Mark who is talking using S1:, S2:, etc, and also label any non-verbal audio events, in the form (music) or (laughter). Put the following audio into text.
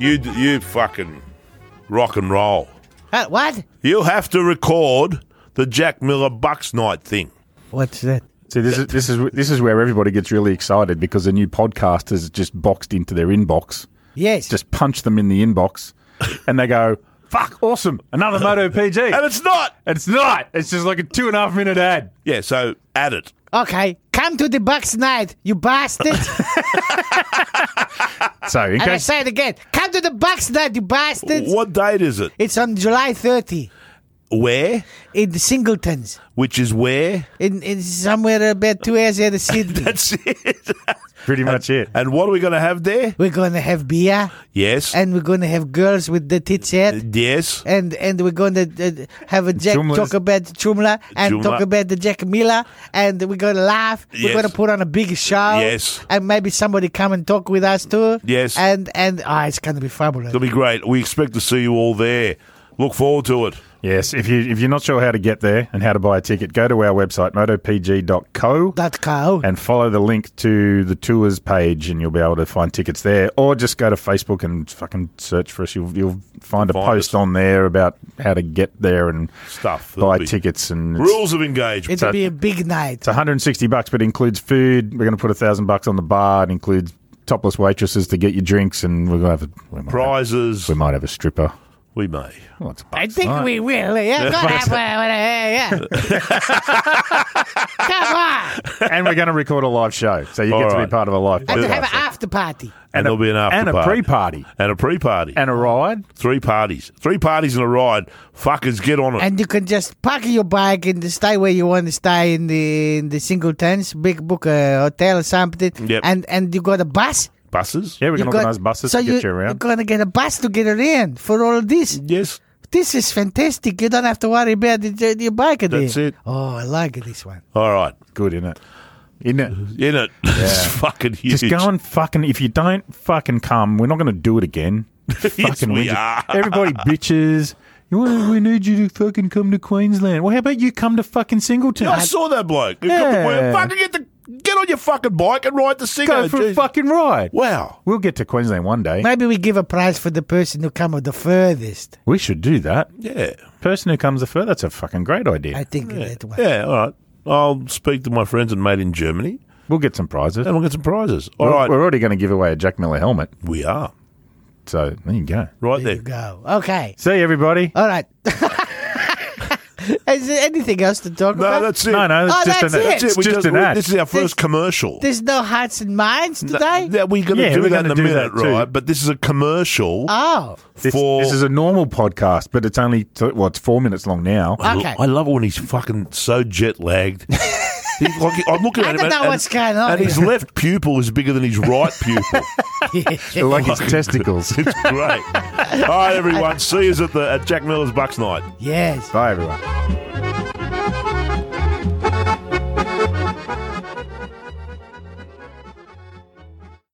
S1: You d- you fucking rock and roll.
S2: Uh, what?
S1: You have to record the Jack Miller Bucks Night thing.
S2: What's that?
S3: See, this is this is this is where everybody gets really excited because the new podcast is just boxed into their inbox.
S2: Yes.
S3: Just punch them in the inbox, and they go, "Fuck, awesome! Another Moto PG."
S1: And it's not.
S3: It's not. It's just like a two and a half minute ad.
S1: Yeah, so add it.
S2: okay. Come to the Bucks night, you bastard.
S3: So in
S2: and I
S3: case
S2: say it again. Come to the Bucks night, you bastard.
S1: What date is it?
S2: It's on July 30
S1: Where?
S2: in the Singletons.
S1: Which is where?
S2: In, in somewhere about two hours out of Sydney.
S1: That's it.
S3: pretty much it.
S1: (laughs) and what are we going to have there?
S2: we're gonna have beer,
S1: Yes.
S2: and we're gonna have girls with the tits out.
S1: yes.
S2: And and we're gonna uh, have a Jack
S3: Chumlas.
S2: talk about the Chumla and
S1: Chumla.
S2: talk about the Jack Miller, and we're gonna laugh. We're
S1: Yes.
S2: gonna put on a big show.
S1: Yes.
S2: and maybe somebody come and talk with us too.
S1: Yes.
S2: and and oh, it's gonna be fabulous.
S1: It'll be great. We expect to see you all there. Look forward to it.
S3: Yes, if you if you're not sure how to get there and how to buy a ticket, go to our website motopg.co
S2: Dot co.
S3: and follow the link to the tours page, and you'll be able to find tickets there. Or just go to Facebook and fucking search for us. You'll you'll find a
S1: Find
S3: post
S1: us.
S3: on there about how to get there and
S1: Stuff. That'll
S3: buy
S1: be-
S3: tickets and it's-
S1: Rules of engagement.
S2: It'll be a big night.
S3: It's 160 bucks, but it includes food. We're going to put a thousand bucks on the bar. It includes topless waitresses to get your drinks, and we're going to have a we might, have,
S1: Prizes.
S3: we might have a stripper.
S1: We may.
S3: Well, it's a
S2: I
S3: bucks
S2: think
S3: night.
S2: we will. Yeah, gonna have, uh, yeah. Come on,
S3: and we're going to record a live show, so you
S1: All
S3: get to
S1: right.
S3: be part of a live.
S2: and
S3: podcast.
S2: have an after party.
S1: And, there'll be an after
S3: and a
S1: party.
S3: pre-party
S1: And a pre-party.
S3: and a ride.
S1: Three parties. Three parties and a ride. Fuckers, get on it.
S2: and you can just park your bike and stay where you want to stay in the in the singletons, big book a hotel or something.
S1: Yep.
S2: And and you got a bus.
S1: Buses?
S3: Yeah, we
S2: You
S3: can
S2: got-
S3: organise buses
S2: so
S3: to get you,
S2: You're
S3: around.
S2: gonna get a bus to get around for all of this.
S1: Yes.
S2: This is fantastic. You don't have to worry about the, the, your bike at the
S1: That's
S2: end.
S1: it.
S2: Oh, I like this one.
S1: All right.
S3: Good, isn't it? Isn't it?
S1: In it. (laughs) it's fucking huge.
S3: Just go and fucking. If you don't fucking come, we're not going to do
S1: (laughs)
S3: it again. fucking
S1: we
S3: whinge.
S1: are. (laughs)
S3: Everybody bitches. You want, we need you to fucking come to Queensland. Well, how about you come to fucking Singleton?
S1: Yeah, I saw that bloke. Who got the
S3: Yeah.
S1: word. Fucking get the get on your fucking bike and ride the
S3: go
S1: cigar.
S3: for a fucking ride.
S1: Wow.
S3: We'll get to Queensland one day.
S2: Maybe we give a prize for the person who come the furthest.
S3: We should do that.
S1: Yeah.
S3: Person who comes the first, that's a fucking great
S2: I
S3: idea.
S2: think that one.
S1: Yeah, all right. I'll speak to my friends and mate in Germany
S3: We'll get some prizes.
S1: and we'll get some prizes. All
S3: We're-
S1: right.
S3: We're already going to give away a Jack Miller helmet.
S1: We are.
S3: So there you go.
S1: Right there.
S2: There you go. Okay.
S3: See everybody.
S2: All right. (laughs) Is there anything else to talk
S1: No,
S2: about?
S1: that's it.
S3: No, no, it's
S2: Oh,
S3: just
S2: that's
S3: an
S2: it.
S3: It's
S1: That's it. We
S3: just
S1: just-
S3: an
S1: we-
S3: ad.
S1: This is our first
S2: This-
S1: commercial.
S2: There's no hearts and minds today.
S1: Th- that we're going to
S3: Yeah,
S1: do
S3: we're
S1: that in
S3: gonna
S1: a
S3: do
S1: minute,
S3: that too.
S1: right? But this is a commercial
S2: Oh,
S3: This,
S1: for.
S3: this is a normal podcast, but it's only t- well, it's four minutes long now.
S2: okay.
S1: I love it when he's fucking so jet
S2: (laughs)
S1: lagged. He's like, I'm looking
S2: I
S1: at him.
S2: don't
S1: and,
S2: know
S1: and-
S2: what's going on
S1: And his
S2: here.
S1: left pupil is bigger than his right pupil.
S3: like his testicles.
S1: (laughs) it's great. All right, everyone. See us at the at Jack Miller's Bucks night.
S2: (laughs) yes.
S3: Bye, everyone.
S4: Thank